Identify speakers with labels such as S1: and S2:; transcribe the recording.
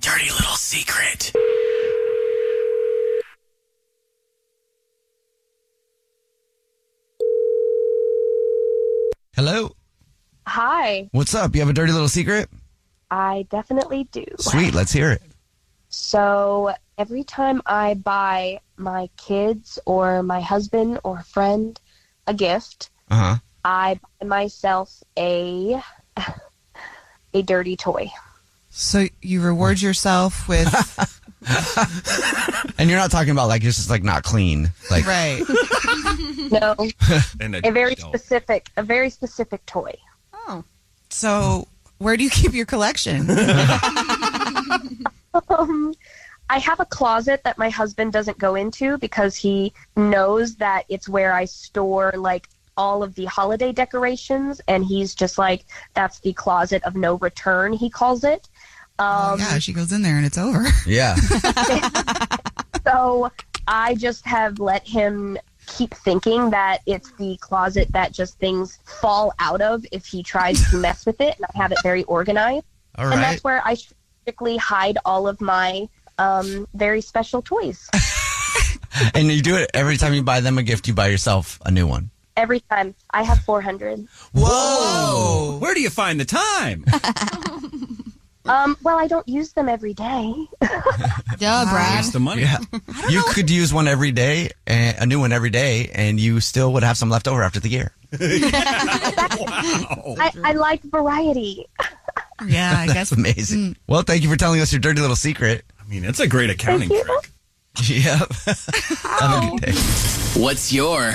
S1: dirty little secret.
S2: Hello.
S3: Hi.
S2: What's up? You have a dirty little secret?
S3: I definitely do.
S2: Sweet, let's hear it.
S3: So, every time I buy my kids or my husband or friend a gift,
S2: uh-huh.
S3: I buy myself a a dirty toy.
S4: So you reward yourself with.
S2: and you're not talking about like it's just like not clean, like
S4: right?
S3: no, a very specific, a very specific toy.
S4: Oh, so where do you keep your collection? Oh
S3: um, I have a closet that my husband doesn't go into because he knows that it's where I store like all of the holiday decorations, and he's just like, "That's the closet of no return," he calls it.
S4: Um, oh, yeah, she goes in there and it's over.
S2: Yeah.
S3: so I just have let him keep thinking that it's the closet that just things fall out of if he tries to mess with it, and I have it very organized.
S2: All right.
S3: And that's where I strictly hide all of my um, very special toys.
S2: and you do it every time you buy them a gift, you buy yourself a new one
S3: every time. I have 400.
S1: Whoa. Whoa! Where do you find the time?
S3: um, well, I don't use them every day.
S4: Duh, Brad.
S1: It's the money. Yeah.
S2: You could use one every day, and a new one every day, and you still would have some left over after the year.
S3: wow. I, I, like variety.
S4: Yeah, I
S2: guess. That's amazing. Mm. Well, thank you for telling us your dirty little secret.
S1: I mean, that's a great accounting trick.
S2: Yep. have a good day.
S1: What's your